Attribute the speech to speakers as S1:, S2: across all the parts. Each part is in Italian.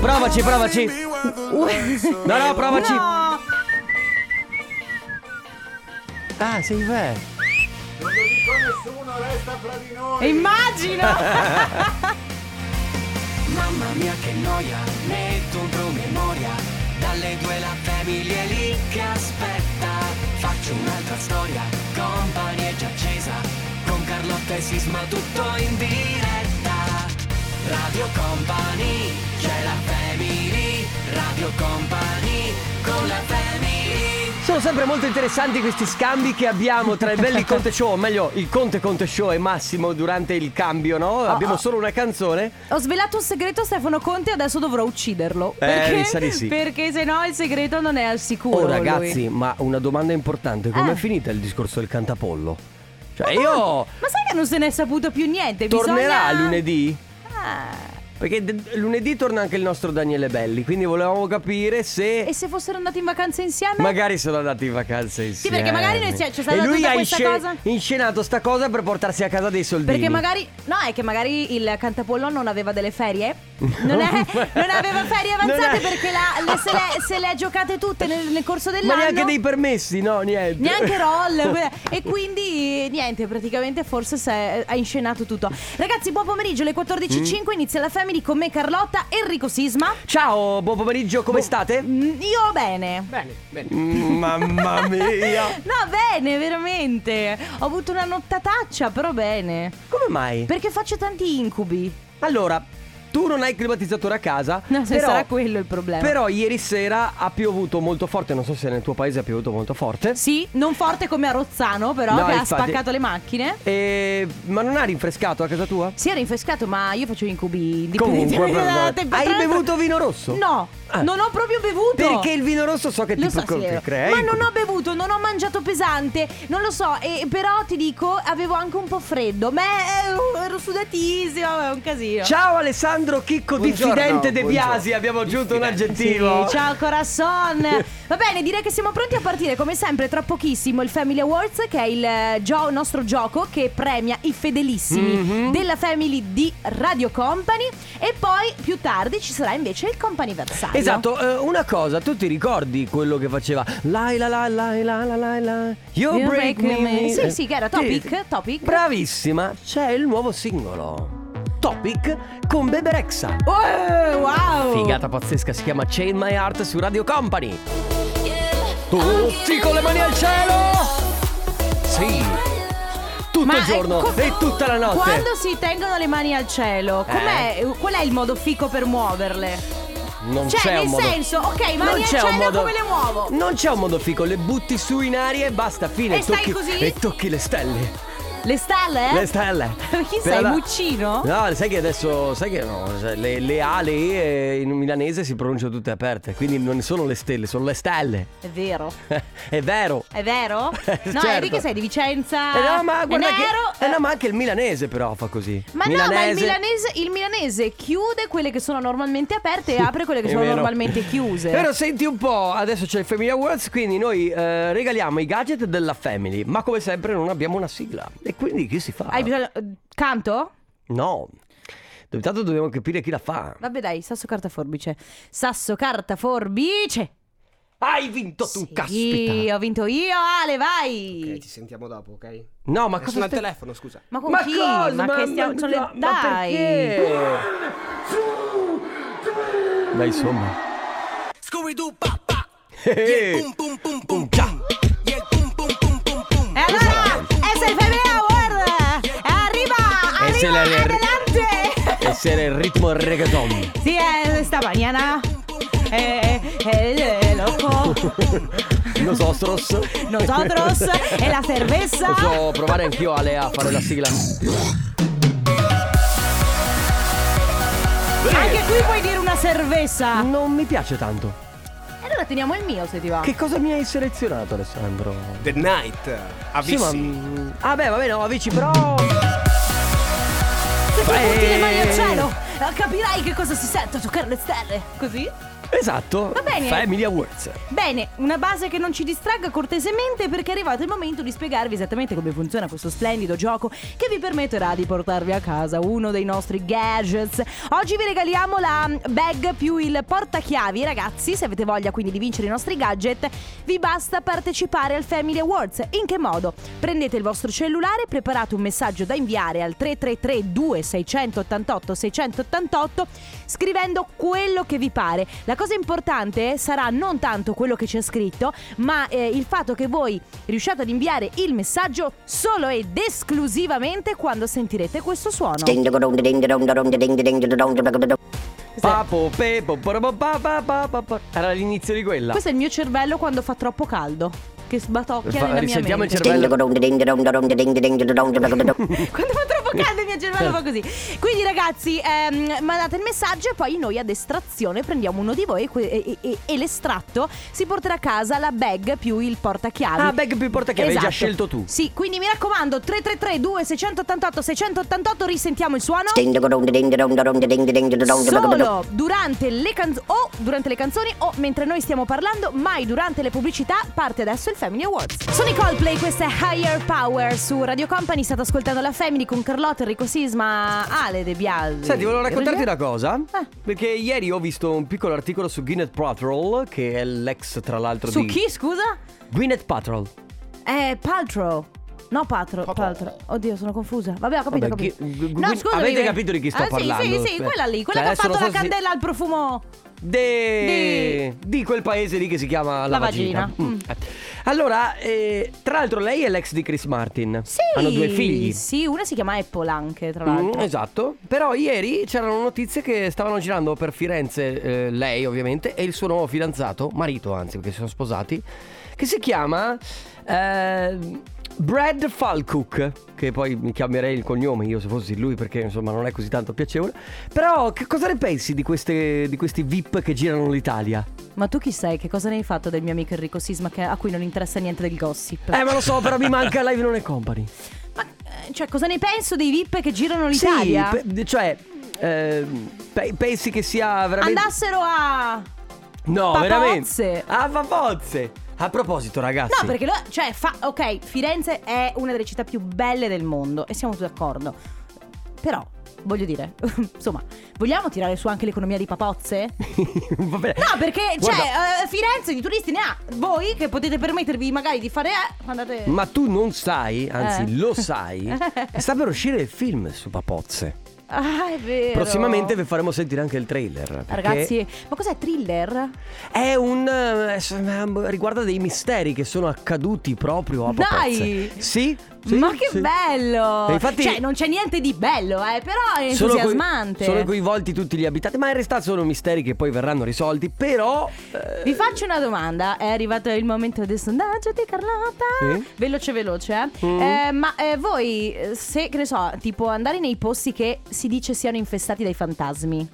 S1: Provaci, provaci. No, no, provaci.
S2: No.
S1: Ah, sei beh.
S2: Immagino.
S3: Mamma mia che noia, metto un promemoria Dalle due la famiglia è lì che aspetta Faccio un'altra storia, company è già accesa Con Carlotta e Sisma tutto in diretta Radio Company, c'è la family Radio Company, con la family
S1: Sono sempre molto interessanti questi scambi che abbiamo tra il Belli Conte Show, o meglio, il Conte Conte Show e Massimo durante il cambio, no? abbiamo solo una canzone.
S2: Ho svelato un segreto a Stefano Conte e adesso dovrò ucciderlo. perché?
S1: Eh, mi sa di sì.
S2: Perché se no il segreto non è al sicuro.
S1: Oh
S2: lui.
S1: ragazzi, ma una domanda importante, come
S2: Eh.
S1: è finita il discorso del cantapollo? Cioè
S2: Ma-
S1: io
S2: Ma sai che non se ne è saputo più niente?
S1: tornerà
S2: Bisogna-
S1: lunedì?
S2: Ah.
S1: Perché d- lunedì torna anche il nostro Daniele Belli, quindi volevamo capire se
S2: E se fossero andati in vacanza insieme?
S1: magari sono andati in vacanza insieme.
S2: perché magari noi c'è- c'è stata
S1: E lui
S2: tutta
S1: ha
S2: questa
S1: insce-
S2: cosa.
S1: inscenato sta cosa per portarsi a casa dei soldini.
S2: Perché magari. No, è che magari il cantapollo non aveva delle ferie. Non, è- non aveva ferie
S1: Non
S2: avanzate
S1: è-
S2: perché la- le- se, le, se le ha giocate tutte nel, nel corso
S1: Ma
S2: dell'anno.
S1: neanche dei permessi, no, niente.
S2: Neanche roll que- E quindi niente praticamente forse si è- eh, ha inscenato tutto Ragazzi buon pomeriggio alle 14.05
S1: Mm.
S2: inizia la family con me Carlotta Enrico Sisma
S1: Ciao, buon pomeriggio, come state?
S2: Mm, Io bene
S1: Mm, Mamma mia.
S2: No bene veramente Ho avuto una nottataccia però bene
S1: Come mai?
S2: Perché faccio tanti incubi
S1: Allora, tu non hai il climatizzatore a casa.
S2: No, se
S1: però,
S2: sarà quello eh. il problema.
S1: Però ieri sera ha piovuto molto forte. Non so se nel tuo paese ha piovuto molto forte.
S2: Sì, non forte come a Rozzano, però,
S1: No,
S2: che ha
S1: infatti.
S2: spaccato le macchine.
S1: E- Ma non ha rinfrescato a casa tua?
S2: Si è rinfrescato, ma io faccio incubi indipendentemente
S1: Comunque,
S2: dalla
S1: però-
S2: temperatura.
S1: hai bevuto vino rosso?
S2: No,
S1: Ah.
S2: non ho proprio bevuto.
S1: Perché il vino rosso so che
S2: Lo
S1: ti
S2: so,
S1: co-
S2: sì, è vero.
S1: che crei.
S2: ma non ho bevuto, non ho mangiato pesante, non lo so, e, però ti dico, avevo anche un po' freddo, ma eh, ero sudatissima, è un casino.
S1: Ciao Alessandro Chicco,
S4: Buongiorno,
S1: diffidente De
S4: buongiorno.
S1: Biasi. Abbiamo aggiunto un
S2: Sì,
S1: aggettivo.
S2: ciao Corazon. Va bene, direi che siamo pronti a partire come sempre tra pochissimo il Family Awards che è il eh, gio- nostro gioco che premia i fedelissimi
S1: Mm-hmm.
S2: della Family di Radio Company e poi più tardi ci sarà invece il companiversario.
S1: Esatto, eh, una cosa, tu ti ricordi quello che faceva? La la la la la la la la You,
S2: You
S1: break,
S2: break me,
S1: me.
S2: me. Sì, sì, che era Topic,
S1: Sì, sì.
S2: Topic.
S1: Bravissima, c'è il nuovo singolo. Topic con Bebe Rexha.
S2: Oh, wow!
S1: Figata pazzesca, si chiama Chain My Heart su Radio Company. Tutti con le mani al cielo! Sì. Tutto
S2: Ma
S1: il giorno
S2: eh, co-
S1: e tutta la notte. Eh?
S2: Quando si tengono le mani al cielo, com'è, qual è il modo fico per muoverle?
S1: Non
S2: Cioè,
S1: c'è
S2: nel
S1: un modo.
S2: senso, ok,
S1: Non
S2: mani al
S1: c'è un
S2: cielo
S1: modo- Mm.
S2: come le muovo?
S1: Non c'è un modo fico, le butti su in aria e basta, fine.
S2: E stai
S1: tocchi,
S2: così?
S1: e tocchi le stelle.
S2: Le stalle? eh?
S1: Le stelle.
S2: Chi
S1: Per
S2: sei,
S1: la-
S2: Muccino?
S1: No, sai che adesso, sai che no, cioè, le, le A, le E eh, in milanese si pronunciano tutte aperte, quindi non sono le stelle, sono le stelle.
S2: È vero.
S1: È vero.
S2: È vero? No,
S1: Certo.
S2: Enrico, sei di Vicenza.
S1: Eh no, ma guarda
S2: è
S1: che-
S2: nero. Eh,
S1: eh no, ma anche il milanese però fa così.
S2: Ma no, ma il milanese, il milanese chiude quelle che sono normalmente aperte e apre quelle che
S1: È
S2: sono
S1: vero.
S2: normalmente chiuse.
S1: Però senti un po', adesso c'è il Family Awards, quindi noi eh, regaliamo i gadget della Family, ma come sempre non abbiamo una sigla. E quindi chi si fa?
S2: Hai bisogno. Canto?
S1: No. Do- Intanto dobbiamo capire chi la fa.
S2: Vabbè, dai, sasso, carta, forbice. Sasso, carta, forbice.
S1: Hai vinto tu,
S2: Sì,
S1: caspita.
S2: ho vinto io, Ale, vai.
S4: Ok, ci Eh, sentiamo dopo, ok?
S1: No, ma
S4: Ma
S1: cosa
S4: cosa al
S1: stai...
S4: telefono, scusa.
S2: Ma con
S1: ma
S2: chi?
S1: cosa?
S2: Ma che stiamo. sono le-
S1: no, ma
S2: Dai.
S1: perché? Dai, insomma.
S3: Scooby-Doo, pa, pa.
S1: Eh.
S3: Boom, boom, boom, boom, boom. Yeah, boom, boom, boom, boom, boom.
S2: E allora, è il Family Award! Arriva!
S1: E se
S2: eh, Arriva!
S1: la-
S2: Adelante!
S1: Essere il ritmo reggaeton.
S2: Sí, eh, esta mañana. Eh, eh, el, el ojo.
S1: Nosotros.
S2: Nosotros. eh, la cerveza.
S1: Posso provare anch'io Ale a fare la sigla?
S2: Anche qui puoi dire una cerveza.
S1: Non mi piace tanto.
S2: E allora teniamo il mio se ti va.
S1: Che cosa mi hai selezionato Alessandro?
S4: The Night. Avvisi.
S1: ma... Ah beh, vabbè, no, amici, però...
S2: Se tu
S1: Eh.
S2: Eh, butti le mani al cielo, eh, capirai che cosa si sente a toccare le stelle. Così?
S1: Esatto.
S2: Va bene.
S1: Family Awards.
S2: Bene, una base che non ci distragga cortesemente perché è arrivato il momento di spiegarvi esattamente come funziona questo splendido gioco che vi permetterà di portarvi a casa uno dei nostri gadgets. Oggi vi regaliamo la bag più il portachiavi. Ragazzi, se avete voglia quindi di vincere i nostri gadget, vi basta partecipare al Family Awards. In che modo? Prendete il vostro cellulare, preparate un messaggio da inviare al 333 2688 688 scrivendo quello che vi pare. La cosa importante sarà non tanto quello che c'è scritto, ma eh, il fatto che voi riusciate ad inviare il messaggio solo ed esclusivamente quando sentirete questo suono.
S5: Ding dong ding dong dong ding ding dong dong.
S1: Papo, pepo, porobo, pa, pa, pa, pa, pa. Era l'inizio di quella.
S2: Questo è il mio cervello quando fa troppo caldo, che sbatocchia
S1: Fa-
S2: nella mia
S1: risentiamo il
S2: mente.
S5: Ding
S1: cervello.
S5: dong ding dong dong ding ding dong dong.
S2: Quando fa troppo caldo il mio cervello fa così. Quindi ragazzi, ehm, mandate il messaggio e poi noi ad estrazione prendiamo uno di voi e, que- e- e- e l'estratto si porterà a casa la bag più il portachiavi.
S1: Ah, bag più porta che avevi già
S2: Esatto.
S1: scelto tu.
S2: Sì, quindi mi raccomando 333 2688 688 risentiamo il suono.
S5: Ding dong ding dong dong ding ding dong dong.
S2: Solo durante le canzoni o durante le canzoni o mentre noi stiamo parlando, mai durante le pubblicità, parte adesso il Family Awards. Sono i Coldplay, questa è Higher Power su Radio Company, state ascoltando la Family con Carlotta, Enrico Sisma, Ale De Biasi.
S1: Senti, volevo raccontarti
S2: da
S1: una cosa.
S2: Ah.
S1: Perché ieri ho visto un piccolo articolo su Gwyneth Paltrow, che è l'ex, tra l'altro,
S2: Su
S1: di.
S2: chi, scusa?
S1: Gwyneth Paltrow.
S2: Eh, Paltrow. No, Patro, Paltrow. Oddio, sono confusa. Vabbè, ho capito, ho
S1: Vabbè,
S2: capito.
S1: chi- gu- gu-
S2: No, scusa.
S1: avete capito di chi sto
S2: ah, Sì,
S1: parlando?
S2: sì, sì,
S1: Aspetta.
S2: quella lì, quella
S1: Cioè,
S2: che
S1: adesso
S2: ha fatto
S1: non
S2: la
S1: so se-
S2: candela al profumo.
S1: De... Di quel paese lì che si chiama La,
S2: La Vagina.
S1: Mm. Allora, eh, tra l'altro, lei è l'ex di Chris Martin.
S2: Sì.
S1: Hanno due figli.
S2: Sì, una si chiama Apple anche, tra
S1: Mm,
S2: l'altro.
S1: esatto, però ieri c'erano notizie che stavano girando per Firenze, eh, lei ovviamente, e il suo nuovo fidanzato, marito anzi, perché si sono sposati, che si chiama eh, Brad Falcook, che poi mi chiamerei il cognome io se fossi lui perché insomma non è così tanto piacevole, però che cosa ne pensi di, queste- di questi VIP che girano l'Italia?
S2: Ma tu chi sei? Che cosa ne hai fatto del mio amico Enrico Sisma che- a cui non interessa niente del gossip?
S1: Eh ma lo so, però mi manca Live Non è Company.
S2: Ma eh, cioè, cosa ne penso dei VIP che girano l'Italia?
S1: Sì, pe- cioè... ehm, pe- pensi che sia veramente...
S2: Andassero a
S1: No,
S2: Papozze.
S1: veramente. Ah, A papozze. A proposito, ragazzi.
S2: No, perché lo, cioè, fa, ok, Firenze è una delle città più belle del mondo e siamo tutti d'accordo. Però, voglio dire, insomma, vogliamo tirare su anche l'economia di papozze?
S1: Va bene.
S2: No, perché,
S1: Guarda,
S2: cioè, eh, Firenze di turisti ne ha. Voi che potete permettervi magari di fare... eh, andate...
S1: Ma tu non sai, anzi
S2: Eh.
S1: lo sai, sta per uscire il film su papozze.
S2: Ah, è vero.
S1: Prossimamente vi faremo sentire anche il trailer. perché
S2: Ragazzi, ma cos'è thriller?
S1: È un... eh, riguarda dei misteri che sono accaduti proprio a papozze.
S2: Dai!
S1: Sì? sì,
S2: ma che
S1: sì.
S2: bello!
S1: E infatti...
S2: Cioè, non c'è niente di bello, eh, però è
S1: sono coi-
S2: entusiasmante.
S1: sono coinvolti tutti gli abitanti, ma in realtà sono misteri che poi verranno risolti, però... eh,
S2: Vi faccio una domanda, è arrivato il momento del sondaggio di Carlotta.
S1: Sì. Mm.
S2: Veloce, veloce. eh. Eh, ma eh, voi, eh, se, che ne so, tipo andare nei posti che si dice siano infestati dai fantasmi.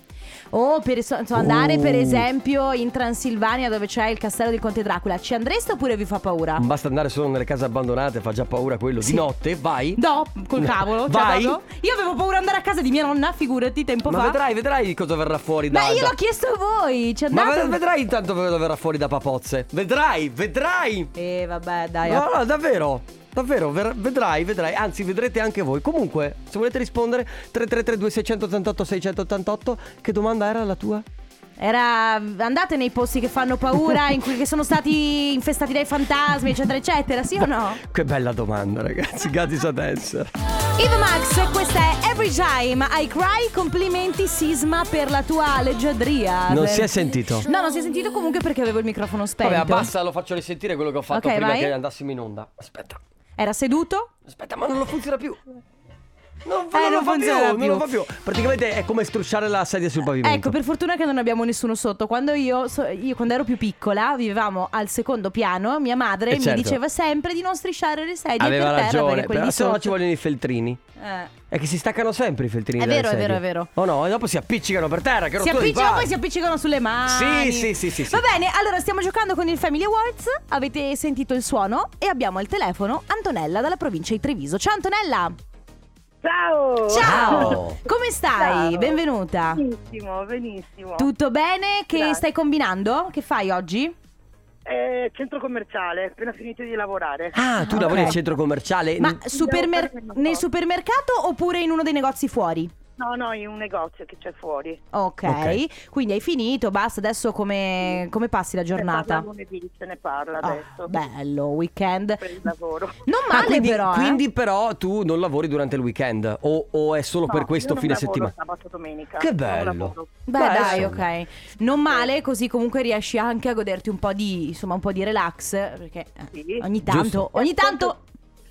S2: O per, so- so, andare,
S1: Uh.
S2: per esempio, in Transilvania dove c'è il castello del Conte Dracula. Ci andreste oppure vi fa paura?
S1: Basta andare solo nelle case abbandonate, fa già paura quello.
S2: Sì.
S1: Di notte, vai.
S2: No, col cavolo. cioè,
S1: Vai.
S2: proprio. Io avevo paura di andare a casa di mia nonna, figurati, tempo
S1: Ma
S2: fa.
S1: vedrai, vedrai cosa verrà fuori da.
S2: Ma io
S1: da-
S2: l'ho chiesto a voi. Ci
S1: Ma
S2: andate?
S1: ved- vedrai intanto cosa verrà fuori da papozze. Vedrai, vedrai.
S2: Eh, vabbè, dai.
S1: No, no, davvero. Davvero, ver- vedrai, vedrai, anzi vedrete anche voi. Comunque, se volete rispondere, 3332 688 688, che domanda era la tua?
S2: Era andate nei posti che fanno paura, in cui che sono stati infestati dai fantasmi, eccetera, eccetera, sì o Ah, no?
S1: Che bella domanda, ragazzi, gratis ad essere.
S2: Eva Max, questa è Every Time I Cry, complimenti Sisma per la tua leggiadria.
S1: Non
S2: Per-
S1: si è sentito.
S2: No, non si è sentito comunque perché avevo il microfono spento.
S1: Vabbè, abbassa, lo faccio risentire quello che ho fatto
S2: Ok,
S1: prima
S2: vai.
S1: che andassimo in onda. Aspetta.
S2: Era seduto?
S1: Aspetta, ma non lo funziona più. Non,
S2: Eh,
S1: non lo
S2: non
S1: fa
S2: funziona
S1: più,
S2: più.
S1: non lo fa più. Praticamente è come strusciare la sedia sul pavimento.
S2: Ecco, per fortuna che non abbiamo nessuno sotto. Quando io, so- io quando ero più piccola, vivevamo al secondo piano, mia madre
S1: Eh,
S2: mi
S1: certo.
S2: diceva sempre di non strisciare le sedie
S1: Aveva
S2: per terra
S1: ragione,
S2: perché quelli
S1: però se no
S2: sotto-
S1: ci vogliono i feltrini.
S2: Eh.
S1: È che si staccano sempre i feltrini.
S2: È
S1: dalle
S2: vero, è
S1: sedie.
S2: vero, è vero.
S1: Oh no, e dopo si appiccicano per terra. Che
S2: Si
S1: rottura di
S2: appiccicano
S1: palle.
S2: poi si appiccicano sulle mani.
S1: Sì, sì, sì, sì, sì.
S2: Va bene, allora stiamo giocando con il Family Awards. Avete sentito il suono e abbiamo al telefono Antonella dalla provincia di Treviso. Ciao Antonella!
S6: Ciao!
S1: Ciao.
S2: Come stai?
S6: Ciao.
S2: Benvenuta.
S6: Benissimo, benissimo.
S2: Tutto bene? Che
S6: Grazie.
S2: stai combinando? Che fai oggi?
S6: Eh, centro commerciale, appena finito di lavorare.
S1: Ah, tu lavori
S2: ok.
S1: al centro commerciale? Ah,
S2: Ma
S1: N-
S2: supermer-
S6: fare un
S2: nel
S6: po'.
S2: supermercato oppure in uno dei negozi fuori?
S6: No, no, in un negozio che c'è fuori.
S2: ok, quindi hai finito, basta, adesso come, come passi la
S6: Se parla
S2: giornata?
S6: lunedì se ne parla
S2: Ah,
S6: adesso.
S2: bello, weekend.
S6: Per il lavoro.
S2: Non
S1: Ah,
S2: male
S1: quindi,
S2: però, eh.
S1: quindi però tu non lavori durante il weekend o, o è solo per
S6: No,
S1: questo
S6: io non
S1: fine
S6: lavoro
S1: settimana?
S6: Sabato domenica.
S1: Che
S6: Non
S1: bello.
S6: lavoro.
S2: Beh,
S1: Beh,
S2: dai,
S1: insomma.
S2: ok. Non male, così comunque riesci anche a goderti un po' di, insomma, un po' di relax, perché eh,
S6: Sì.
S2: ogni tanto,
S1: Giusto.
S2: ogni tanto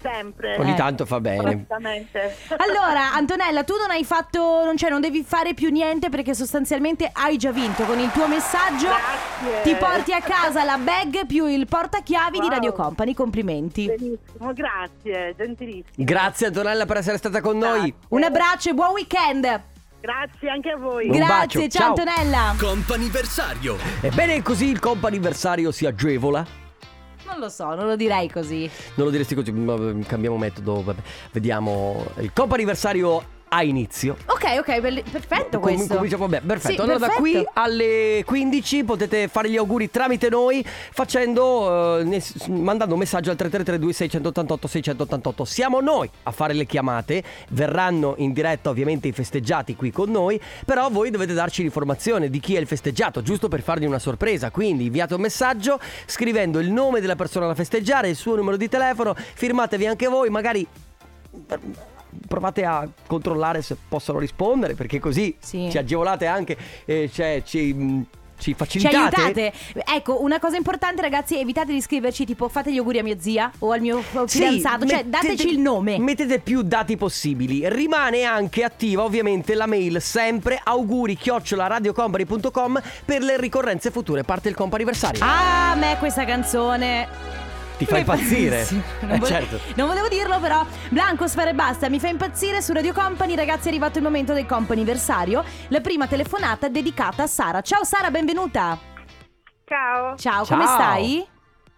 S6: Sempre.
S1: Ogni
S2: Eh.
S1: tanto fa bene.
S6: Esattamente.
S2: Allora, Antonella, tu non hai fatto, non, cioè, non devi fare più niente perché sostanzialmente hai già vinto con il tuo messaggio.
S6: Grazie.
S2: Ti porti a casa la bag più il portachiavi di
S6: Wow.
S2: Radio Company. Complimenti.
S6: Benissimo, grazie, gentilissimo.
S1: Grazie Antonella per essere stata con noi.
S2: Un abbraccio e buon weekend.
S6: Grazie anche a voi.
S1: Un bacio,
S2: Grazie,
S1: ciao.
S2: ciao, Antonella.
S3: Comp'anniversario
S1: Ebbene così il comp'anniversario si agevola.
S2: Non lo so, non lo direi così.
S1: Non lo diresti così, ma, eh, cambiamo metodo. vabbè. Vediamo. Il comp'anniversario ha inizio.
S2: Ok, ok, belle- perfetto
S1: Com-
S2: questo.
S1: cominciamo bene, perfetto.
S2: Sì,
S1: allora
S2: perfetto.
S1: da qui alle 15 potete fare gli auguri tramite noi facendo eh, ness- mandando un messaggio al 3332 688 688. Siamo noi a fare le chiamate, verranno in diretta ovviamente i festeggiati qui con noi, però voi dovete darci l'informazione di chi è il festeggiato, giusto per fargli una sorpresa. Quindi inviate un messaggio scrivendo il nome della persona da festeggiare, il suo numero di telefono, firmatevi anche voi, magari Provate a controllare se possono rispondere, perché così
S2: Sì.
S1: ci agevolate anche, eh, cioè ci, mh, ci
S2: Ci
S1: facilitate.
S2: aiutate. Ecco, una cosa importante, ragazzi, evitate di scriverci tipo fate gli auguri a mia zia o al mio
S1: Sì,
S2: fidanzato. Cioè,
S1: mettete-
S2: dateci il nome.
S1: Mettete più dati possibili. Rimane anche attiva ovviamente la mail sempre auguri radiocompany.com per le ricorrenze future. Parte il comp'anniversario.
S2: Ah, a me questa canzone.
S1: Ti fa
S2: Mi
S1: impazzire.
S2: Sì, non,
S1: Eh,
S2: vole-
S1: certo.
S2: non volevo dirlo, però. Blanco, sfera e basta. Mi fa impazzire su Radio Company. Ragazzi, è arrivato il momento del comp'anniversario. La prima telefonata è dedicata a Sara. Ciao, Sara, benvenuta.
S6: Ciao.
S1: Ciao.
S2: Ciao, come stai?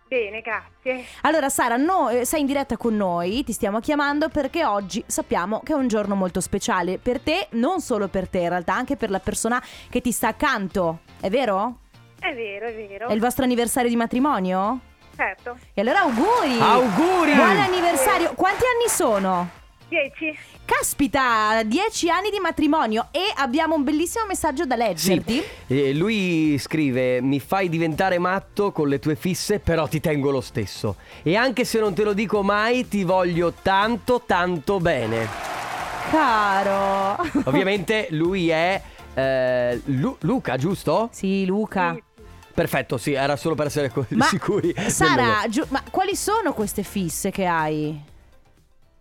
S6: Bene, grazie.
S2: Allora, Sara, no, eh, sei in diretta con noi. Ti stiamo chiamando perché oggi sappiamo che è un giorno molto speciale per te, non solo per te, in realtà, anche per la persona che ti sta accanto. È vero?
S6: È vero, è vero.
S2: È il vostro anniversario di matrimonio?
S6: Certo.
S2: E allora auguri!
S1: Auguri!
S2: Buon anniversario! Quanti anni sono?
S6: 10.
S2: Caspita, 10 anni di matrimonio e abbiamo un bellissimo messaggio da leggerti.
S1: Sì. Eh, lui scrive: Mi fai diventare matto con le tue fisse, però ti tengo lo stesso. E anche se non te lo dico mai, ti voglio tanto, tanto bene.
S2: Caro.
S1: Ovviamente lui è. eh, Lu- Luca, giusto?
S2: Sì, Luca.
S1: Perfetto, sì, era solo per essere co- sicuri. del nome.
S2: Sara, giu- ma quali sono queste fisse che hai?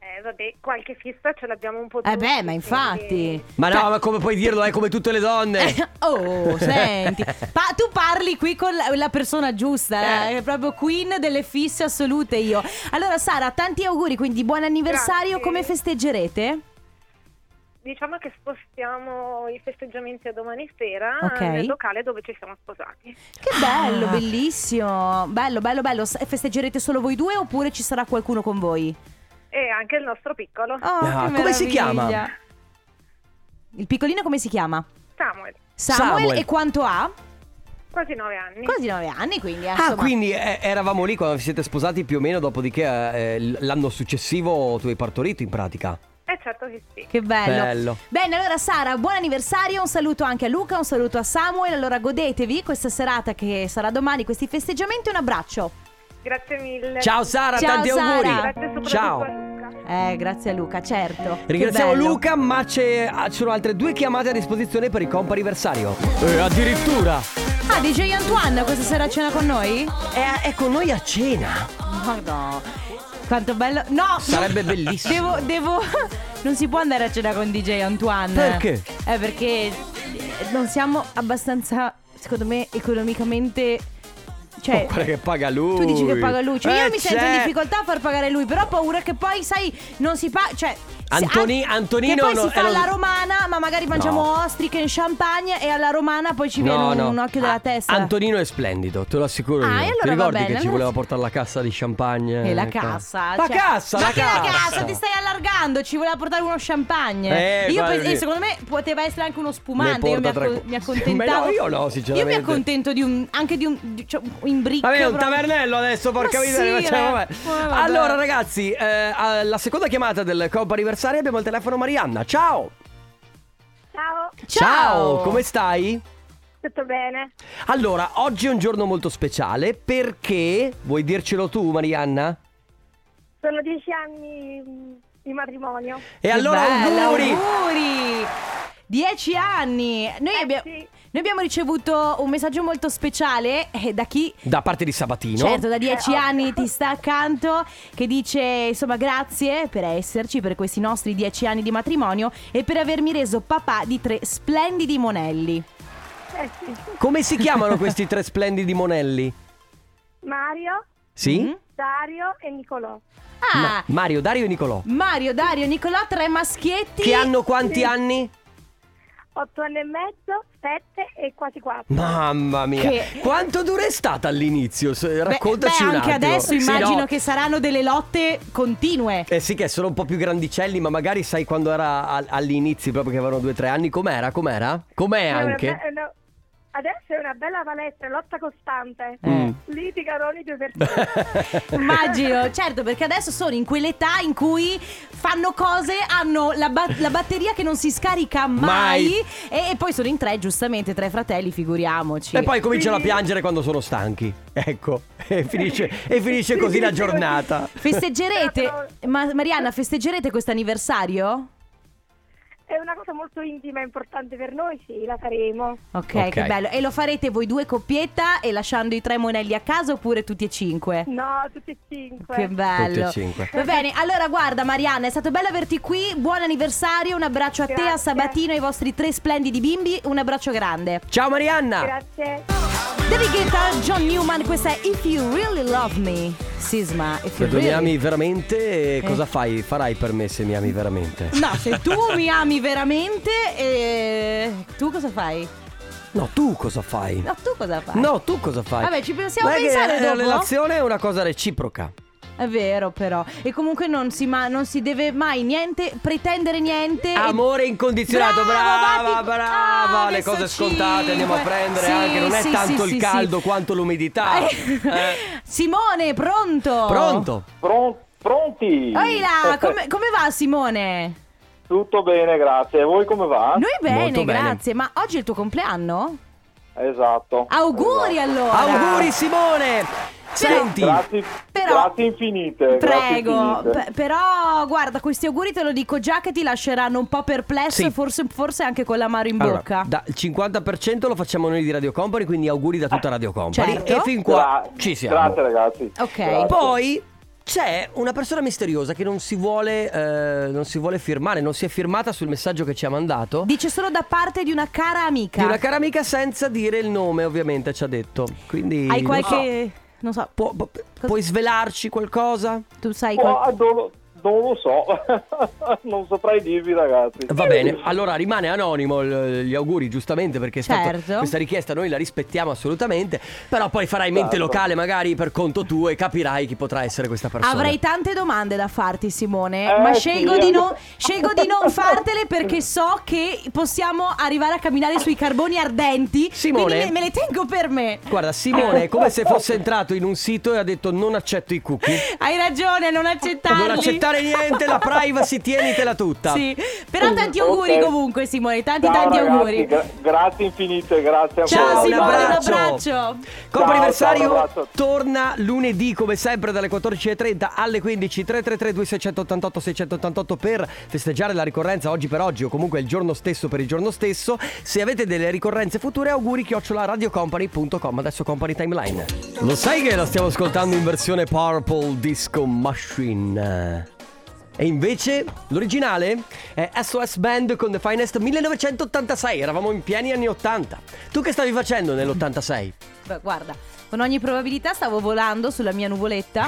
S6: Eh, vabbè, qualche festa ce l'abbiamo un po'
S2: Eh beh, ma infatti.
S1: Ma no, ma come puoi dirlo? È come tutte le donne.
S2: cioè Oh, senti. Pa- tu parli qui con la, la persona giusta, eh, è proprio queen delle fisse assolute io. Allora Sara, tanti auguri, quindi buon anniversario,
S6: Grazie.
S2: come festeggerete?
S6: Diciamo che spostiamo i festeggiamenti a domani sera eh,
S2: Ok.
S6: nel locale dove ci siamo sposati.
S2: Che bello,
S1: Ah.
S2: bellissimo. Bello, bello, bello. S- Festeggerete solo voi due oppure ci sarà qualcuno con voi?
S6: E anche il nostro piccolo,
S2: Oh, che
S1: Ah, come si
S2: meraviglia.
S1: chiama?
S2: Il piccolino come si chiama?
S6: Samuel,
S2: Samuel,
S1: Samuel.
S2: e quanto ha?
S6: quasi nove anni.
S2: Quasi 9 anni, quindi eh,
S1: Ah,
S2: insomma.
S1: quindi eh, eravamo lì quando vi siete sposati più o meno, dopodiché eh, l- l'anno successivo tu hai partorito in pratica.
S6: Eh certo che sì.
S2: Che bello.
S1: Bello.
S2: Bene, allora Sara, buon anniversario, un saluto anche a Luca, un saluto a Samuel. Allora godetevi questa serata che sarà domani, questi festeggiamenti, un abbraccio.
S6: Grazie mille.
S1: Ciao Sara,
S2: Ciao,
S1: tanti
S2: Sara.
S6: Grazie
S1: auguri.
S6: soprattutto a
S1: Ciao.
S6: Luca.
S2: Eh, grazie a Luca, certo. Che
S1: Ringraziamo
S2: bello.
S1: Luca, ma c'è, ah, ci sono altre due chiamate a disposizione per il comp'anniversario. E Eh, addirittura!
S2: Ah, DJ Antoine questa sera a cena con noi?
S1: È, è con Eh, ah, ecco, noi a cena.
S2: Oh no. Quanto bello. No!
S1: Sarebbe bellissimo.
S2: Devo, devo. Non si può andare a cena con DJ Antoine.
S1: Perché?
S2: Eh, perché non siamo abbastanza, secondo me, economicamente. Cioè.
S1: Oh, guarda che paga lui.
S2: tu dici che paga lui. Cioè,
S1: Eh,
S2: io mi sento in
S1: c'è.
S2: difficoltà a far pagare lui, però ho paura che poi, sai, non si paga. Cioè.
S1: Antoni-
S2: Sì, an-
S1: Antonino
S2: Che poi
S1: no,
S2: si
S1: eh,
S2: fa
S1: lo-
S2: alla romana, ma magari mangiamo
S1: No.
S2: ostriche in champagne e alla romana poi ci viene un, un occhio della
S1: Ah,
S2: testa.
S1: Antonino è splendido, te lo assicuro
S2: Ah,
S1: io.
S2: e allora
S1: Ti
S2: va
S1: ricordi
S2: bene,
S1: che ci
S2: allora-
S1: voleva portare la cassa di champagne?
S2: E la
S1: Eh,
S2: cassa.
S1: La
S2: cioè-
S1: cassa,
S2: Ma
S1: la
S2: che
S1: cassa.
S2: la cassa? Ti stai allargando, ci voleva portare uno champagne.
S1: Eh,
S2: io
S1: guarda
S2: pens-
S1: sì.
S2: e secondo me poteva essere anche uno
S1: Ne
S2: spumante. Io mi,
S1: porta
S2: acco-
S1: tre-
S2: mi accontentavo.
S1: Beh, no, io no, sinceramente.
S2: Io mi accontento di un, anche di un, di- cioè, un imbricco.
S1: Vabbè, un
S2: proprio.
S1: tavernello adesso, porca
S2: Ma
S1: miseria.
S2: sì,
S1: cioè,
S2: eh.
S1: vabbè.
S2: Ma vabbè.
S1: Allora, ragazzi, eh, alla seconda chiamata del Coppa Anniversario abbiamo il telefono Marianna. Ciao!
S6: Ciao,
S1: Ciao, come stai?
S6: tutto bene?
S1: Allora, oggi è un giorno molto speciale perché vuoi dircelo tu, Marianna?
S6: Sono dieci anni mh, di matrimonio.
S1: E
S2: Che
S1: allora
S2: bello,
S1: auguri!
S2: auguri! Dieci anni! Noi,
S6: Eh,
S2: abbia-
S6: sì.
S2: noi abbiamo ricevuto un messaggio molto speciale eh, da chi
S1: Da parte di Sabatino.
S2: Certo, da dieci
S6: Eh, ovvio.
S2: anni ti sta accanto, che dice insomma grazie per esserci, per questi nostri dieci anni di matrimonio e per avermi reso papà di tre splendidi monelli.
S6: Eh sì.
S1: Come si chiamano questi tre splendidi monelli?
S6: Mario,
S1: Sì?
S2: Mm?
S6: Dario e Nicolò.
S2: Ah,
S1: Ma- Mario, Dario e Nicolò.
S2: Mario, Dario, Nicolò, tre maschietti.
S1: Che hanno quanti anni?
S6: Otto anni e mezzo, sette e quasi quattro.
S1: Mamma mia.
S2: Che-
S1: Quanto dura è stata all'inizio? S-
S2: Beh,
S1: Raccontaci
S2: beh,
S1: un
S2: anche
S1: attimo.
S2: adesso
S1: Sì,
S2: immagino
S1: no.
S2: che saranno delle lotte continue.
S1: Eh sì che sono un po' più grandicelli, ma magari sai quando era al- all'inizio, proprio che avevano due o tre anni, com'era? Com'era? Com'è
S2: Eh,
S6: È una be- è
S1: anche?
S6: una- Adesso è una bella palestra, è lotta costante.
S2: eh,
S1: Mm.
S6: Litigano ogni due persone.
S2: Immagino, certo, perché adesso sono in quell'età in cui fanno cose, hanno la, ba- la batteria che non si scarica mai,
S1: Mai.
S2: E, e poi sono in tre, giustamente, tre fratelli, figuriamoci.
S1: E poi cominciano a piangere quando sono stanchi. Ecco, e finisce, e finisce così la giornata.
S2: Festeggerete,
S6: Però-
S2: ma- Marianna, festeggerete questo anniversario?
S6: È una cosa molto intima e importante per noi, sì, la faremo.
S2: ok, che
S1: Ok.
S2: bello. E lo farete voi due coppietta e lasciando i tre monelli a casa oppure tutti e cinque?
S6: No, tutti e cinque.
S2: Che bello.
S1: Tutti e cinque.
S2: Va bene, allora guarda Marianna, è stato bello averti qui, buon anniversario, un abbraccio a te, a
S6: Grazie.
S2: Sabatino e ai vostri tre splendidi bimbi, un abbraccio grande.
S1: Ciao Marianna!
S6: Grazie.
S2: David Guetta, John Newman, questa è If You Really Love Me, Sisma. If
S1: Se
S2: you
S1: tu mi
S2: really...
S1: ami veramente, cosa fai? Farai per me se mi ami veramente?
S2: Eh. No, se tu mi ami veramente, eh, tu cosa fai?
S1: No, tu cosa fai?
S2: No, tu cosa fai?
S1: No, tu cosa fai?
S2: Vabbè, ci possiamo
S1: Guarda che
S2: pensare
S1: La
S2: dopo?
S1: relazione è una cosa reciproca.
S2: È vero però. E comunque non si, ma- non si deve mai niente, pretendere niente. e-
S1: Amore incondizionato,
S2: Bravo,
S1: brava,
S2: Batti-
S1: brava.
S2: Ah,
S1: Le
S2: adesso
S1: cose scontate
S2: cinque.
S1: andiamo a prendere
S2: Sì,
S1: anche. Non è
S2: sì,
S1: tanto
S2: sì,
S1: il
S2: sì,
S1: caldo
S2: sì.
S1: quanto l'umidità.
S2: Eh.
S1: Eh,
S2: Simone, pronto?
S1: Pronto?
S7: Pron- pronti?
S2: Ehi là, come, come va Simone?
S7: Tutto bene, grazie. E voi come va?
S2: Noi
S1: Ah, Molto
S2: bene,
S1: bene.
S2: grazie. Ma oggi è il tuo compleanno?
S7: Esatto.
S2: Auguri
S7: Esatto.
S2: allora.
S1: Auguri, Simone. Senti,
S7: Grazie,
S2: Però-
S7: grazie infinite. grazie
S2: Prego,
S7: infinite.
S2: P- però guarda, questi auguri te lo dico già che ti lasceranno un po' perplesso
S1: Sì.
S2: e forse, forse anche con l'amaro in
S1: allora,
S2: bocca.
S1: da- il 50% lo facciamo noi di Radio Company, quindi auguri da tutta Radio Company.
S2: Certo.
S1: E fin qua
S7: Gra-
S1: ci siamo.
S7: Grazie ragazzi.
S2: Ok.
S7: Grazie.
S1: Poi c'è una persona misteriosa che non si vuole eh, non si vuole firmare, non si è firmata sul messaggio che ci ha mandato.
S2: Dice solo da parte di una cara amica.
S1: Di una cara amica senza dire il nome, ovviamente, ci ha detto. Quindi non
S2: Hai
S1: so.
S2: qualche... Non so,
S1: Pu- pu- puoi svelarci qualcosa?
S2: tu sai... qual-
S7: Oh, non, lo- non lo so. non saprei dirvi ragazzi.
S2: Eh,
S1: Va bene, allora rimane anonimo il- gli auguri giustamente perché è stata-
S2: Certo.
S1: questa richiesta noi la rispettiamo assolutamente, però poi farai mente
S7: Certo.
S1: locale magari per conto tuo e capirai chi potrà essere questa persona.
S2: Avrei tante domande da farti Simone,
S7: Eh,
S2: ma
S7: sì,
S2: scelgo,
S7: eh.
S2: di non, scelgo di non fartele perché so che possiamo arrivare a camminare sui carboni ardenti.
S1: Simone.
S2: Quindi me, me le tengo per me.
S1: Guarda, Simone è come se fosse entrato in un sito e ha detto non accetto i cookie.
S2: Hai ragione, non accettarli.
S1: Non accettare niente, la privacy tienitela tutta.
S2: Sì, però tanti auguri
S7: Ok.
S2: comunque Simone, tanti
S7: Ciao,
S2: tanti
S7: ragazzi,
S2: auguri.
S7: gra- grazie infinite, grazie
S2: Ciao
S7: ancora.
S1: un
S2: Simone, un
S1: abbraccio.
S2: abbraccio.
S1: Coppa
S7: Ciao, ciao, un
S1: anniversario
S7: abbraccio.
S1: torna lunedì come sempre dalle 14.30 alle 15 333 2688 688 per festeggiare la ricorrenza oggi per oggi o comunque il giorno stesso per il giorno stesso se avete delle ricorrenze future auguri chiocciola radiocompany.com adesso company timeline lo sai che la stiamo ascoltando in versione Purple Disco Machine E invece l'originale è SOS Band con The Finest 1986, eravamo in pieni anni 80. Tu che stavi facendo nell'86?
S2: Beh, guarda, con ogni probabilità stavo volando sulla mia nuvoletta.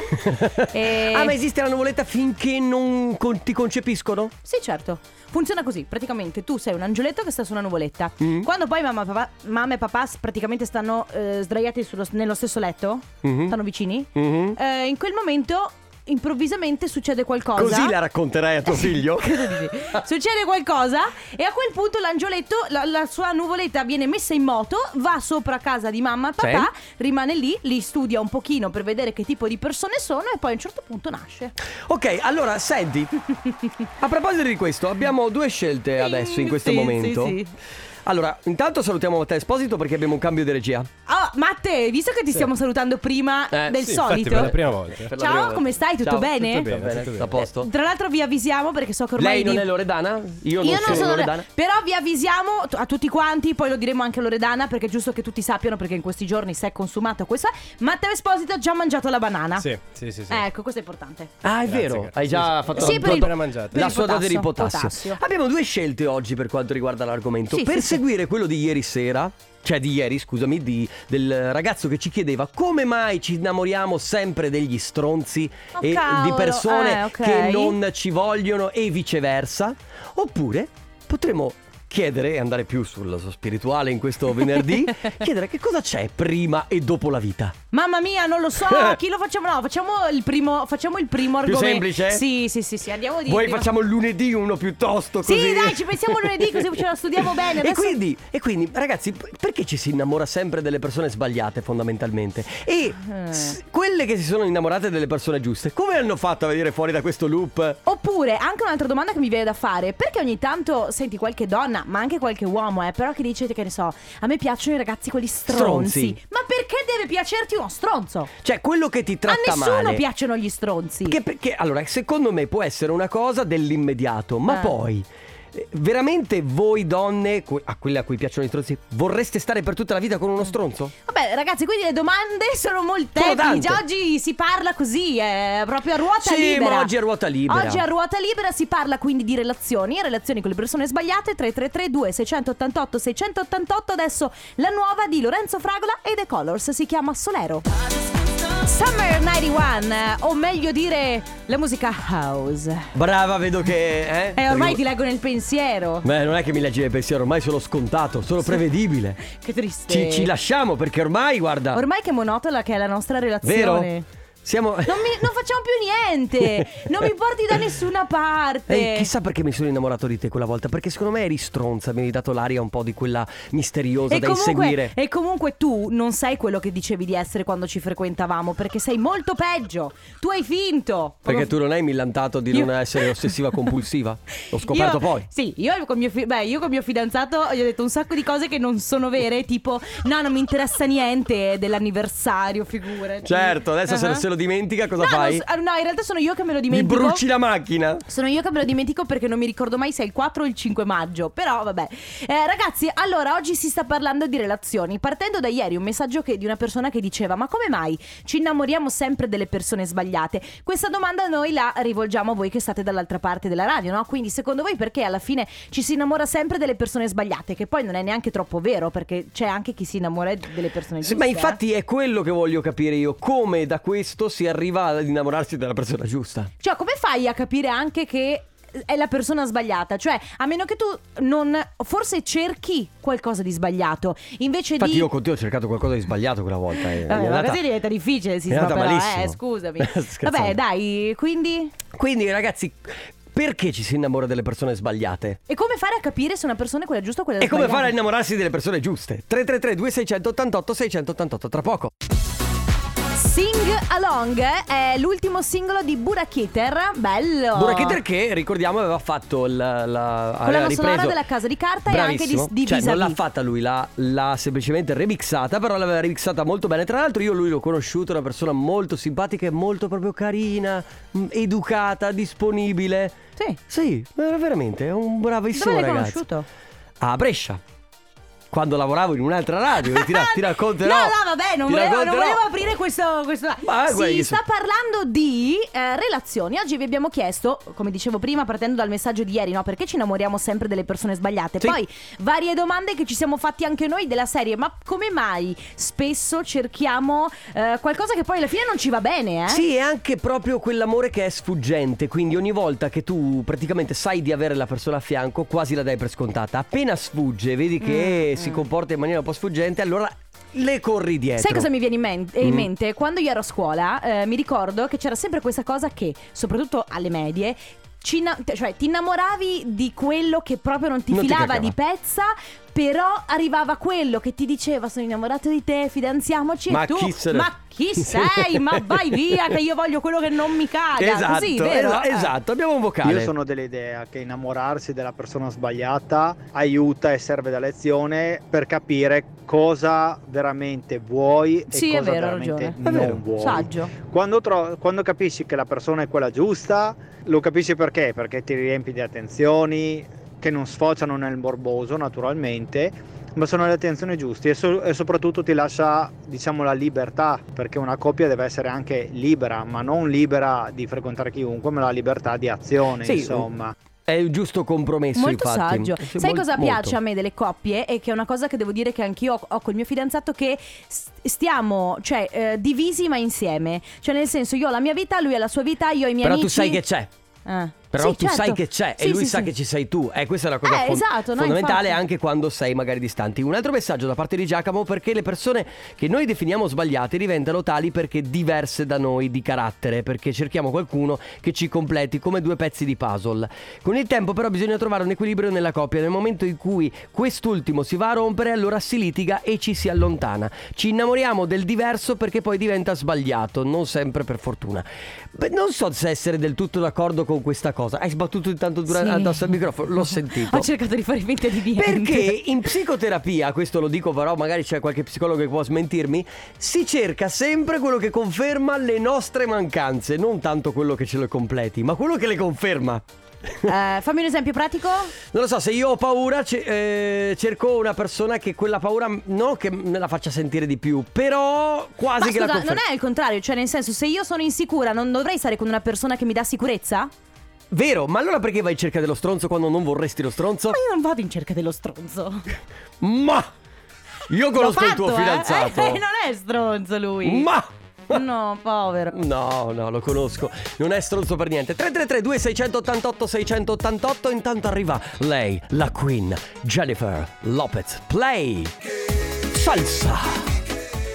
S2: e...
S1: Ah, ma esiste la nuvoletta finché non con- ti concepiscono?
S2: Sì, certo. Funziona così, praticamente tu sei un angioletto che sta su una nuvoletta.
S1: Mm.
S2: Quando poi mamma, e papà- mamma e papà s- praticamente stanno eh, sdraiati sullo- nello stesso letto,
S1: Mhm.
S2: stanno vicini,
S1: Mhm.
S2: eh, in quel momento improvvisamente succede qualcosa.
S1: Così la racconterai a tuo figlio?
S2: Credo di sì. Succede qualcosa e a quel punto l'angioletto, la, la sua nuvoletta viene messa in moto, va sopra a casa di mamma e papà, rimane lì, li studia un pochino per vedere che tipo di persone sono e poi a un certo punto nasce.
S1: Ok, allora senti, a proposito di questo, abbiamo due scelte adesso in questo
S2: Sì, sì,
S1: momento.
S2: sì.
S1: Allora, intanto salutiamo Matteo Esposito perché abbiamo un cambio di regia.
S2: Oh, Matte, visto che ti stiamo salutando prima
S1: Eh,
S2: del
S1: sì,
S8: Infatti,
S2: solito,
S8: per la prima volta.
S1: Per la
S2: Ciao,
S1: prima volta.
S2: come stai? Tutto
S1: Ciao,
S2: bene?
S1: Tutto bene,
S8: Tutto bene.
S1: tutto a posto.
S2: tra l'altro vi avvisiamo perché so che ormai...
S1: Lei non
S2: di-
S1: è Loredana? Io non
S2: Io
S1: sono, Loredana.
S2: però vi avvisiamo t- a tutti quanti, poi lo diremo anche a Loredana perché è giusto che tutti sappiano perché in questi giorni si è consumato questa. Matteo Esposito ha già mangiato la banana.
S8: Sì, sì, sì. sì.
S2: Ecco, questo è importante.
S1: Ah, è
S8: Grazie,
S1: vero.
S8: grazie.
S1: Hai già
S8: Sì, sì.
S1: fatto
S8: Sì,
S1: la,
S8: per il-
S1: la-
S8: mangiata.
S2: per
S1: la
S2: il
S1: sua dose di potassio.
S2: potassio,
S1: Abbiamo due scelte oggi per quanto riguarda l'argomento.
S2: Sì,
S1: per
S2: sì, sì.
S1: seguire quello di ieri sera. Cioè di ieri, scusami, di- del ragazzo che ci chiedeva come mai ci innamoriamo sempre degli stronzi
S2: Oh,
S1: e di
S2: cavolo,
S1: persone
S2: eh, ok.
S1: che non ci vogliono e viceversa. Oppure potremmo chiedere, e andare più sul spirituale in questo venerdì, chiedere che cosa c'è prima e dopo la vita.
S2: Mamma mia, non lo so, chi lo facciamo? No, facciamo il primo, facciamo il primo
S1: Più
S2: argomento.
S1: semplice?
S2: Sì, sì, sì, sì, andiamo di
S1: Vuoi
S2: prima-
S1: facciamo lunedì uno piuttosto
S2: Sì,
S1: così?
S2: dai, ci pensiamo lunedì, così ce la studiamo bene.
S1: E
S2: Adesso-
S1: quindi, e quindi, ragazzi, p- perché ci si innamora sempre delle persone sbagliate fondamentalmente? E
S2: Eh.
S1: s- quelle che si sono innamorate delle persone giuste, come hanno fatto a venire fuori da questo loop?
S2: Oppure, anche un'altra domanda che mi viene da fare, perché ogni tanto senti qualche donna, ma anche qualche uomo, eh, però che dice che ne so, a me piacciono i ragazzi quelli stronzi.
S1: Stronzi.
S2: Ma perché deve piacerti uno stronzo?
S1: Cioè, quello che ti
S2: A
S1: tratta
S2: nessuno
S1: male.
S2: piacciono gli stronzi.
S1: Che perché, allora, secondo me può essere una cosa dell'immediato, ma
S2: Eh.
S1: poi. eh, Veramente voi donne, que- a quelle a cui piacciono i stronzi, vorreste stare per tutta la vita con uno stronzo?
S2: Vabbè, ragazzi, quindi le domande sono
S1: Sono tante.
S2: molteplici. Già oggi si parla così, è proprio a ruota
S1: Sì,
S2: libera.
S1: ma oggi è a ruota libera.
S2: Oggi a ruota libera si parla quindi di relazioni, relazioni con le persone sbagliate. 3332 688 688. Adesso la nuova di Lorenzo Fragola e The Colors si chiama Solero. Summer 91, eh, o meglio dire la musica house.
S1: Brava, vedo che. Eh,
S2: E
S1: Perché-
S2: ormai ti leggo nel pensiero.
S1: Beh, non è che mi leggi nel pensiero, ormai sono scontato, sono prevedibile.
S2: Che triste.
S1: Ci, ci lasciamo perché ormai, guarda,
S2: Ormai che monotona che è la nostra relazione.
S1: Ah. vero? Siamo.
S2: Non, mi- non facciamo più niente. Non mi porti da nessuna parte.
S1: Ehi, Eh, chissà perché mi sono innamorato di te quella volta, perché secondo me eri stronza, mi hai dato l'aria un po' di quella misteriosa
S2: E
S1: da
S2: comunque, eh,
S1: inseguire.
S2: e comunque tu non sei quello che dicevi di essere quando ci frequentavamo, perché sei molto peggio. Tu hai finto.
S1: Perché tu non hai millantato di non
S2: Io-
S1: essere ossessiva compulsiva? L'ho scoperto
S2: Io-
S1: poi.
S2: Sì, io con, mio fi- beh, io con mio fidanzato gli ho detto un sacco di cose che non sono vere, tipo no, non mi interessa niente dell'anniversario, figurati.
S1: Certo, adesso se,
S2: Ah.
S1: se lo dimentica cosa
S2: No, non
S1: fai?
S2: so- ah, no, in realtà sono io che me lo
S1: mi
S2: dimentico.
S1: bruci la macchina?
S2: Sono io che me lo dimentico perché non mi ricordo mai se è il 4 o il 5 maggio, però vabbè. Eh, ragazzi, allora oggi si sta parlando di relazioni. Partendo da ieri un messaggio che- di una persona che diceva "Ma come mai ci innamoriamo sempre delle persone sbagliate?". Questa domanda noi la rivolgiamo a voi che state dall'altra parte della radio, no? Quindi secondo voi perché alla fine ci si innamora sempre delle persone sbagliate, che poi non è neanche troppo vero perché c'è anche chi si innamora delle persone
S1: Sì, ma
S2: giuste. eh?
S1: infatti è quello che voglio capire io, come da questo si arriva ad innamorarsi della persona giusta.
S2: Cioè, come fai a capire anche che è la persona sbagliata? Cioè, a meno che tu non. Forse cerchi qualcosa di sbagliato. Invece
S1: Infatti
S2: di.
S1: io con te ho cercato qualcosa di sbagliato quella volta. e mi è
S2: Vabbè, ma
S1: andata-
S2: così diventa difficile, si
S1: mi è
S2: sa,
S1: andata
S2: però,
S1: malissimo.
S2: eh, scusami.
S1: Scherzando.
S2: Vabbè, dai, quindi.
S1: Quindi ragazzi, perché ci si innamora delle persone sbagliate?
S2: E come fare a capire se una persona è quella giusta o quella
S1: E come
S2: sbagliata?
S1: fare a innamorarsi delle persone giuste? 333 2688 688 tra poco.
S2: Sing Along è l'ultimo singolo di Burakiter. Bello.
S1: Buraketer che ricordiamo aveva fatto la, la, aveva
S2: colonna sonora
S1: ripreso-
S2: della Casa di Carta e anche di,
S1: Bravissimo.
S2: di
S1: cioè, non
S2: Vis-a-Vis.
S1: l'ha fatta lui, l'ha, l'ha semplicemente remixata, però l'aveva remixata molto bene. Tra l'altro io lui l'ho conosciuto, è una persona molto simpatica e molto proprio carina, mh, educata, disponibile.
S2: Sì.
S1: Sì, eh, veramente, è un bravissimo
S2: Dove l'hai
S1: ragazzo.
S2: conosciuto?
S1: A Brescia. quando lavoravo in un'altra radio, che ti, ra- ti racconterò.
S2: No, no, vabbè, non
S1: ti
S2: volevo, non
S1: racconterò.
S2: volevo aprire questo. questo...
S1: Ma guarda
S2: si
S1: che
S2: sta
S1: so-
S2: parlando di eh, relazioni. Oggi vi abbiamo chiesto, come dicevo prima, partendo dal messaggio di ieri, no? Perché ci innamoriamo sempre delle persone sbagliate?
S1: Sì.
S2: Poi varie domande che ci siamo fatti anche noi della serie. Ma come mai spesso cerchiamo eh, qualcosa che poi alla fine non ci va bene, eh?
S1: Sì, è anche proprio quell'amore che è sfuggente, quindi ogni volta che tu praticamente sai di avere la persona a fianco, quasi la dai per scontata. Appena sfugge, vedi che
S2: Mm,
S1: si comporta in maniera un po' sfuggente, allora le corri dietro.
S2: Sai cosa mi viene in, men- in
S1: Mm.
S2: mente? Quando io ero a scuola eh, mi ricordo che c'era sempre questa cosa che, soprattutto alle medie, ci inna- te- cioè, ti innamoravi di quello che proprio non ti
S1: Non ti
S2: filava
S1: cacava.
S2: di pezza, però arrivava quello che ti diceva sono innamorato di te, fidanziamoci
S1: Ma
S2: e tu,
S1: chi se ne-
S2: ma chi sei? ma vai via che io voglio quello che non mi caga.
S1: Esatto,
S2: Così, vero? Eh.
S1: esa- esatto, abbiamo un vocale.
S8: Io sono dell'idea che innamorarsi della persona sbagliata aiuta e serve da lezione per capire cosa veramente vuoi e
S2: Sì, è
S8: cosa
S2: vero, ha
S8: veramente
S2: ragione.
S1: È vero.
S8: non vuoi.
S2: Eh, Saggio.
S8: Quando, tro- quando capisci che la persona è quella giusta, lo capisci perché? Perché ti riempi di attenzioni che non sfociano nel morboso naturalmente, ma sono le attenzioni giuste e, so- e soprattutto ti lascia diciamo la libertà, perché una coppia deve essere anche libera, ma non libera di frequentare chiunque, ma la libertà di azione,
S1: Sì,
S8: insomma.
S1: È il giusto compromesso,
S2: Molto
S1: infatti.
S2: saggio.
S1: Sì,
S2: Sai
S1: mol-
S2: cosa
S1: molto.
S2: piace a me delle coppie? E che è una cosa che devo dire che anch'io ho, ho col mio fidanzato che s- stiamo, cioè, eh, divisi ma insieme. Cioè, nel senso, io ho la mia vita, lui ha la sua vita, io ho i miei
S1: Però
S2: amici.
S1: tu sai che c'è.
S2: Ah.
S1: Però
S2: Sì,
S1: tu sai
S2: certo.
S1: che c'è
S2: Sì,
S1: e lui
S2: sì,
S1: sa
S2: sì.
S1: che ci sei tu. Eh, questa è la cosa
S2: Eh,
S1: fon-
S2: esatto, no,
S1: fondamentale
S2: infatti.
S1: anche quando sei magari distanti. Un altro messaggio da parte di Giacomo perché le persone che noi definiamo sbagliate diventano tali perché diverse da noi di carattere, perché cerchiamo qualcuno che ci completi come due pezzi di puzzle. Con il tempo però bisogna trovare un equilibrio nella coppia. Nel momento in cui quest'ultimo si va a rompere, allora si litiga e ci si allontana. Ci innamoriamo del diverso perché poi diventa sbagliato, non sempre per fortuna. Beh, non so se essere del tutto d'accordo con questa cosa. Hai sbattuto intanto dura-
S2: Sì.
S1: addosso al microfono, l'ho sentito.
S2: Ho cercato di fare finta di niente.
S1: Perché in psicoterapia, questo lo dico però magari c'è qualche psicologo che può smentirmi, si cerca sempre quello che conferma le nostre mancanze, non tanto quello che ce le completi, ma quello che le conferma.
S2: Eh, fammi un esempio pratico.
S1: Non lo so, se io ho paura ce- eh, cerco una persona che quella paura non che me la faccia sentire di più, però quasi
S2: Ma
S1: che la
S2: scusa,
S1: conferma.
S2: non è il contrario. Cioè, nel senso, se io sono insicura, non dovrei stare con una persona che mi dà sicurezza?
S1: Vero, ma allora perché vai in cerca dello stronzo quando non vorresti lo stronzo?
S2: Ma io non vado in cerca dello stronzo.
S1: Ma io
S2: L'ho
S1: conosco il tuo
S2: fatto, eh.
S1: fidanzato.
S2: Eh, non è stronzo lui.
S1: Ma
S2: No, povero.
S1: No, no, lo conosco. Non è stronzo per niente. 333 2688 688 intanto arriva lei, la Queen, Jennifer Lopez. Play salsa.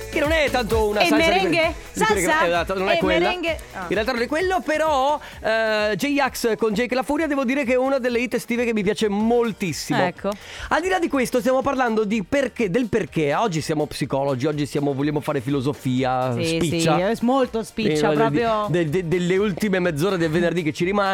S1: Che non è tanto una
S2: E
S1: salsa di
S2: merengue?
S1: quelle- di quelle che-
S2: Salsa?
S1: eh, esatto, non è
S2: E
S1: quella.
S2: merengue? Ah.
S1: In realtà non è quello, però eh, J-Ax con Jake La Furia devo dire che è una delle hit estive che mi piace moltissimo.
S2: Ecco.
S1: Al di là di questo stiamo parlando di perché, del perché. Oggi siamo psicologi, oggi siamo, vogliamo fare filosofia,
S2: Sì,
S1: spiccia.
S2: sì, è molto spiccia,
S1: Eh,
S2: proprio.
S1: de- de- delle ultime mezz'ora del venerdì che ci rimane.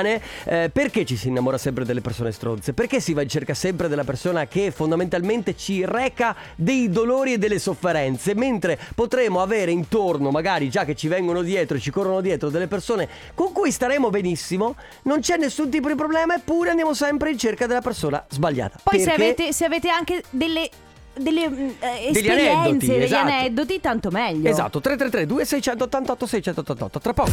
S1: eh, perché ci si innamora sempre delle persone stronze? Perché si va in cerca sempre della persona che fondamentalmente ci reca dei dolori e delle sofferenze? Mentre potremo avere intorno, magari già che ci vengono dietro, ci corrono dietro delle persone con cui staremo benissimo, non c'è nessun tipo di problema, eppure andiamo sempre in cerca della persona sbagliata.
S2: Poi se
S1: Perché-
S2: avete, se avete anche delle, delle mh, eh,
S1: Degli
S2: esperienze,
S1: aneddoti,
S2: degli
S1: esatto.
S2: aneddoti, tanto meglio.
S1: Esatto, 333 2688 688 Tra poco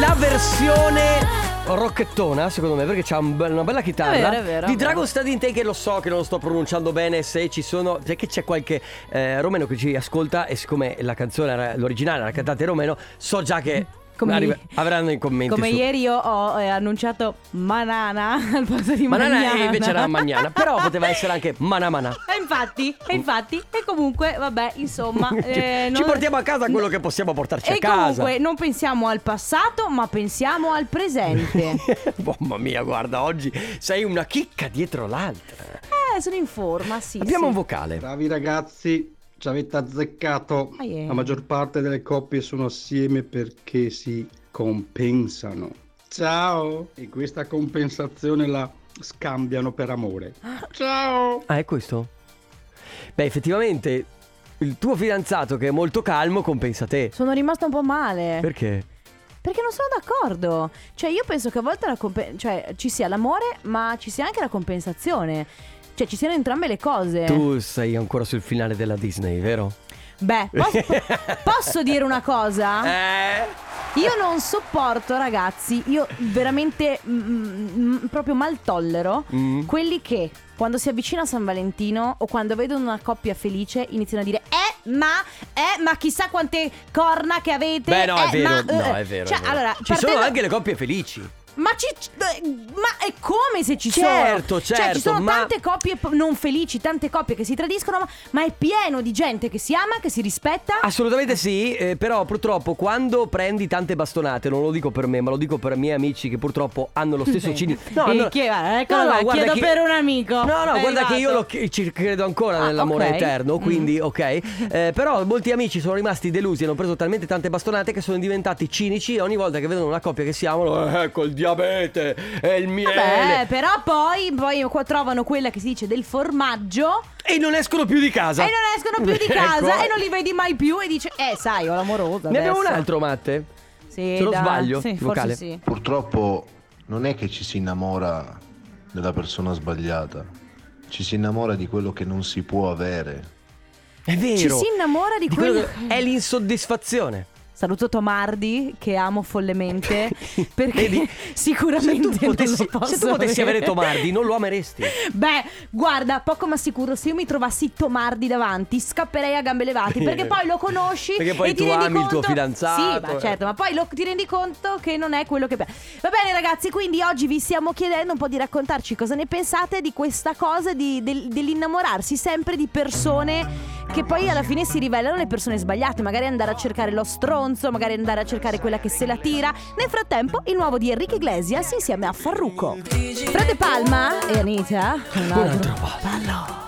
S1: La versione rocchettona secondo me Perché c'ha un bel- una bella chitarra
S2: È vero, è vero,
S1: Di
S2: è vero.
S1: Dragon Stadin Che lo so che non lo sto pronunciando bene Se ci sono Perché c'è qualche eh, romeno che ci ascolta E siccome la canzone era l'originale Era cantata in romeno So già che
S2: Come-
S1: arriva- avranno i commenti
S2: Come
S1: su.
S2: ieri io ho eh, annunciato Manana al posto di
S1: Ma non
S2: Magnana.
S1: è invece era Magnana Però poteva essere anche Manamana
S2: E infatti, e infatti, e comunque, vabbè, insomma.
S1: Ci-
S2: eh,
S1: ci
S2: non-
S1: portiamo a casa quello che possiamo portarci a
S2: e
S1: casa.
S2: comunque, non pensiamo al passato, ma pensiamo al presente.
S1: Mamma mia guarda oggi Sei una chicca dietro l'altra
S2: eh, sono in forma, sì.
S1: Abbiamo
S2: sì.
S1: un vocale
S9: Bravi ragazzi, ci avete azzeccato.
S2: Ah, yeah.
S9: La maggior parte delle coppie sono assieme perché si compensano. Ciao! E questa compensazione la scambiano per amore. Ciao!
S1: Ah, è questo? Beh, effettivamente il tuo fidanzato che è molto calmo compensa te.
S2: Sono rimasta un po' male.
S1: Perché?
S2: Perché non sono d'accordo. Cioè, io penso che a volte la compe- cioè, ci sia l'amore, ma ci sia anche la compensazione. Cioè, ci siano entrambe le cose.
S1: Tu sei ancora sul finale della Disney, vero?
S2: Beh, posso, posso dire una cosa?
S1: Eh?
S2: Io non sopporto, ragazzi, io veramente mm, mm, proprio mal tollero
S1: Mm.
S2: quelli che quando si avvicina San Valentino o quando vedono una coppia felice iniziano a dire "Eh, ma eh, ma chissà quante corna che avete".
S1: Beh, no, è
S2: eh,
S1: vero,
S2: ma, eh".
S1: no, è vero.
S2: Cioè,
S1: è vero.
S2: allora,
S1: ci
S2: partendo-
S1: sono anche le coppie felici.
S2: ma, ci, ma è come se ci
S1: Certo,
S2: sono Cioè
S1: certo,
S2: ci sono
S1: ma-
S2: tante coppie p- non felici Tante coppie che si tradiscono ma, ma è pieno di gente che si ama Che si rispetta
S1: Ah, Assolutamente sì, eh, però purtroppo quando prendi tante bastonate, non lo dico per me, ma lo dico per i miei amici che purtroppo hanno lo stesso cinismo.
S2: E Eh, chi- eccolo qua, chiedo per un amico.
S1: No, no,
S2: È
S1: guarda che io lo
S2: arrivato.
S1: chi- ci credo ancora
S2: Ah,
S1: nell'amore
S2: ok.
S1: eterno, quindi ok. Eh, però molti amici sono rimasti delusi, hanno preso talmente tante bastonate che sono diventati cinici e ogni volta che vedono una coppia che si amano, eh, col diabete e il miele.
S2: Vabbè, però poi, poi qua trovano quella che si dice del formaggio
S1: E non escono più di casa.
S2: e non escono più di
S1: Ecco.
S2: casa e non li vedi mai più e dici, eh sai, ho l'amorosa.
S1: Ne abbiamo un
S2: adesso."
S1: altro, Matte.
S2: Sì,
S1: Se non
S2: dai.
S1: sbaglio,
S2: sì,
S1: vocale.
S2: Forse sì.
S10: Purtroppo non è che ci si innamora della persona sbagliata, ci si innamora di quello che non si può avere.
S1: È vero.
S2: Ci si innamora di,
S1: Di quello che- è l'insoddisfazione.
S2: Saluto Tomardi che amo follemente perché
S1: Vedi?
S2: sicuramente
S1: Se tu potessi,
S2: non lo posso
S1: se tu potessi avere
S2: avere
S1: Tomardi, non lo ameresti.
S2: Beh, guarda, poco ma sicuro, se io mi trovassi Tomardi davanti, scapperei a gambe levate. Perché poi lo conosci.
S1: eh. Perché poi
S2: e ti
S1: tu
S2: rendi
S1: ami il tuo
S2: conto-
S1: fidanzato,
S2: Sì, ma
S1: eh.
S2: certo, ma poi lo- ti rendi conto che non è quello che. pe- Va bene, ragazzi, quindi oggi vi stiamo chiedendo un po' di raccontarci cosa ne pensate di questa cosa di- del- dell'innamorarsi sempre di persone. Che poi alla fine si rivelano le persone sbagliate, magari andare a cercare lo stronzo, magari andare a cercare quella che se la tira. Nel frattempo, il nuovo di Enrique Iglesias insieme a Farrucco. Frate Palma e Anita. Un altro ballo.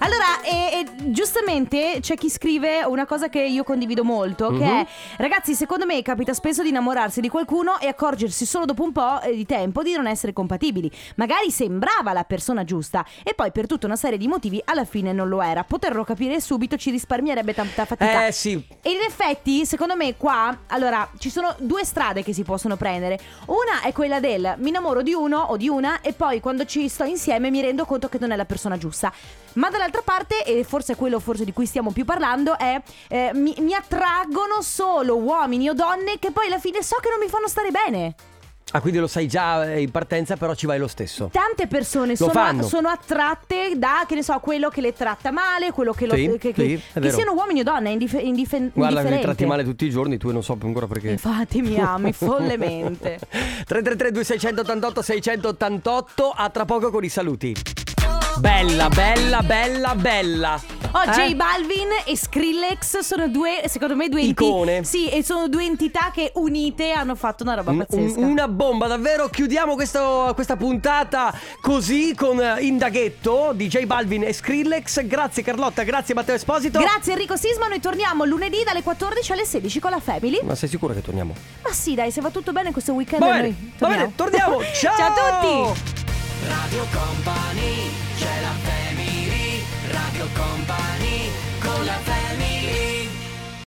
S2: Allora, e- e giustamente c'è chi scrive una cosa che io condivido molto, che è, ragazzi, secondo me capita spesso di innamorarsi di qualcuno e accorgersi solo dopo un po' eh, di tempo di non essere compatibili. Magari sembrava la persona giusta e poi per tutta una serie di motivi alla fine non lo era. Poterlo capire subito ci risparmierebbe tanta fatica.
S1: Eh sì,
S2: E in effetti, secondo me, qua allora ci sono due strade che si possono prendere. Una è quella del mi innamoro di uno o di una, e poi quando ci sto insieme mi rendo conto che non è la persona giusta. Ma dall'altra parte, e forse è quello forse di cui stiamo più parlando, è eh, mi, mi attraggono solo uomini o donne che poi alla fine so che non mi fanno stare bene.
S1: ah, quindi lo sai già eh, in partenza, però ci vai lo stesso.
S2: Tante persone sono,
S1: fanno.
S2: sono attratte da, che ne so, quello che le tratta male, quello che lo.
S1: Sì,
S2: che,
S1: sì,
S2: che-
S1: è
S2: che
S1: vero.
S2: siano uomini o donne, è indife- indifen-
S1: Guarda, mi
S2: indifferente.
S1: tratti male tutti i giorni, tu non so ancora perché.
S2: Infatti mi ami follemente.
S1: 333 2688 688 a tra poco con i saluti. Bella, bella, bella, bella.
S2: Oh,
S1: Eh?
S2: J Balvin e Skrillex sono due, secondo me, due enti-
S1: Icone.
S2: Sì, e sono due entità che unite hanno fatto una roba
S1: Un-
S2: pazzesca.
S1: una bomba, davvero. Chiudiamo questo- questa puntata così con eh, Indaghetto di J Balvin e Skrillex. Grazie Carlotta, grazie Matteo Esposito.
S2: Grazie Enrico Sisma, noi torniamo lunedì dalle 14 alle 16 con la Family.
S1: Ma sei sicura che torniamo?
S2: Ma sì, dai, se va tutto bene questo weekend
S1: Va bene,
S2: noi
S1: va bene, torniamo. Ciao!
S2: Ciao a tutti!
S3: Radio Company, c'è la family, Radio Company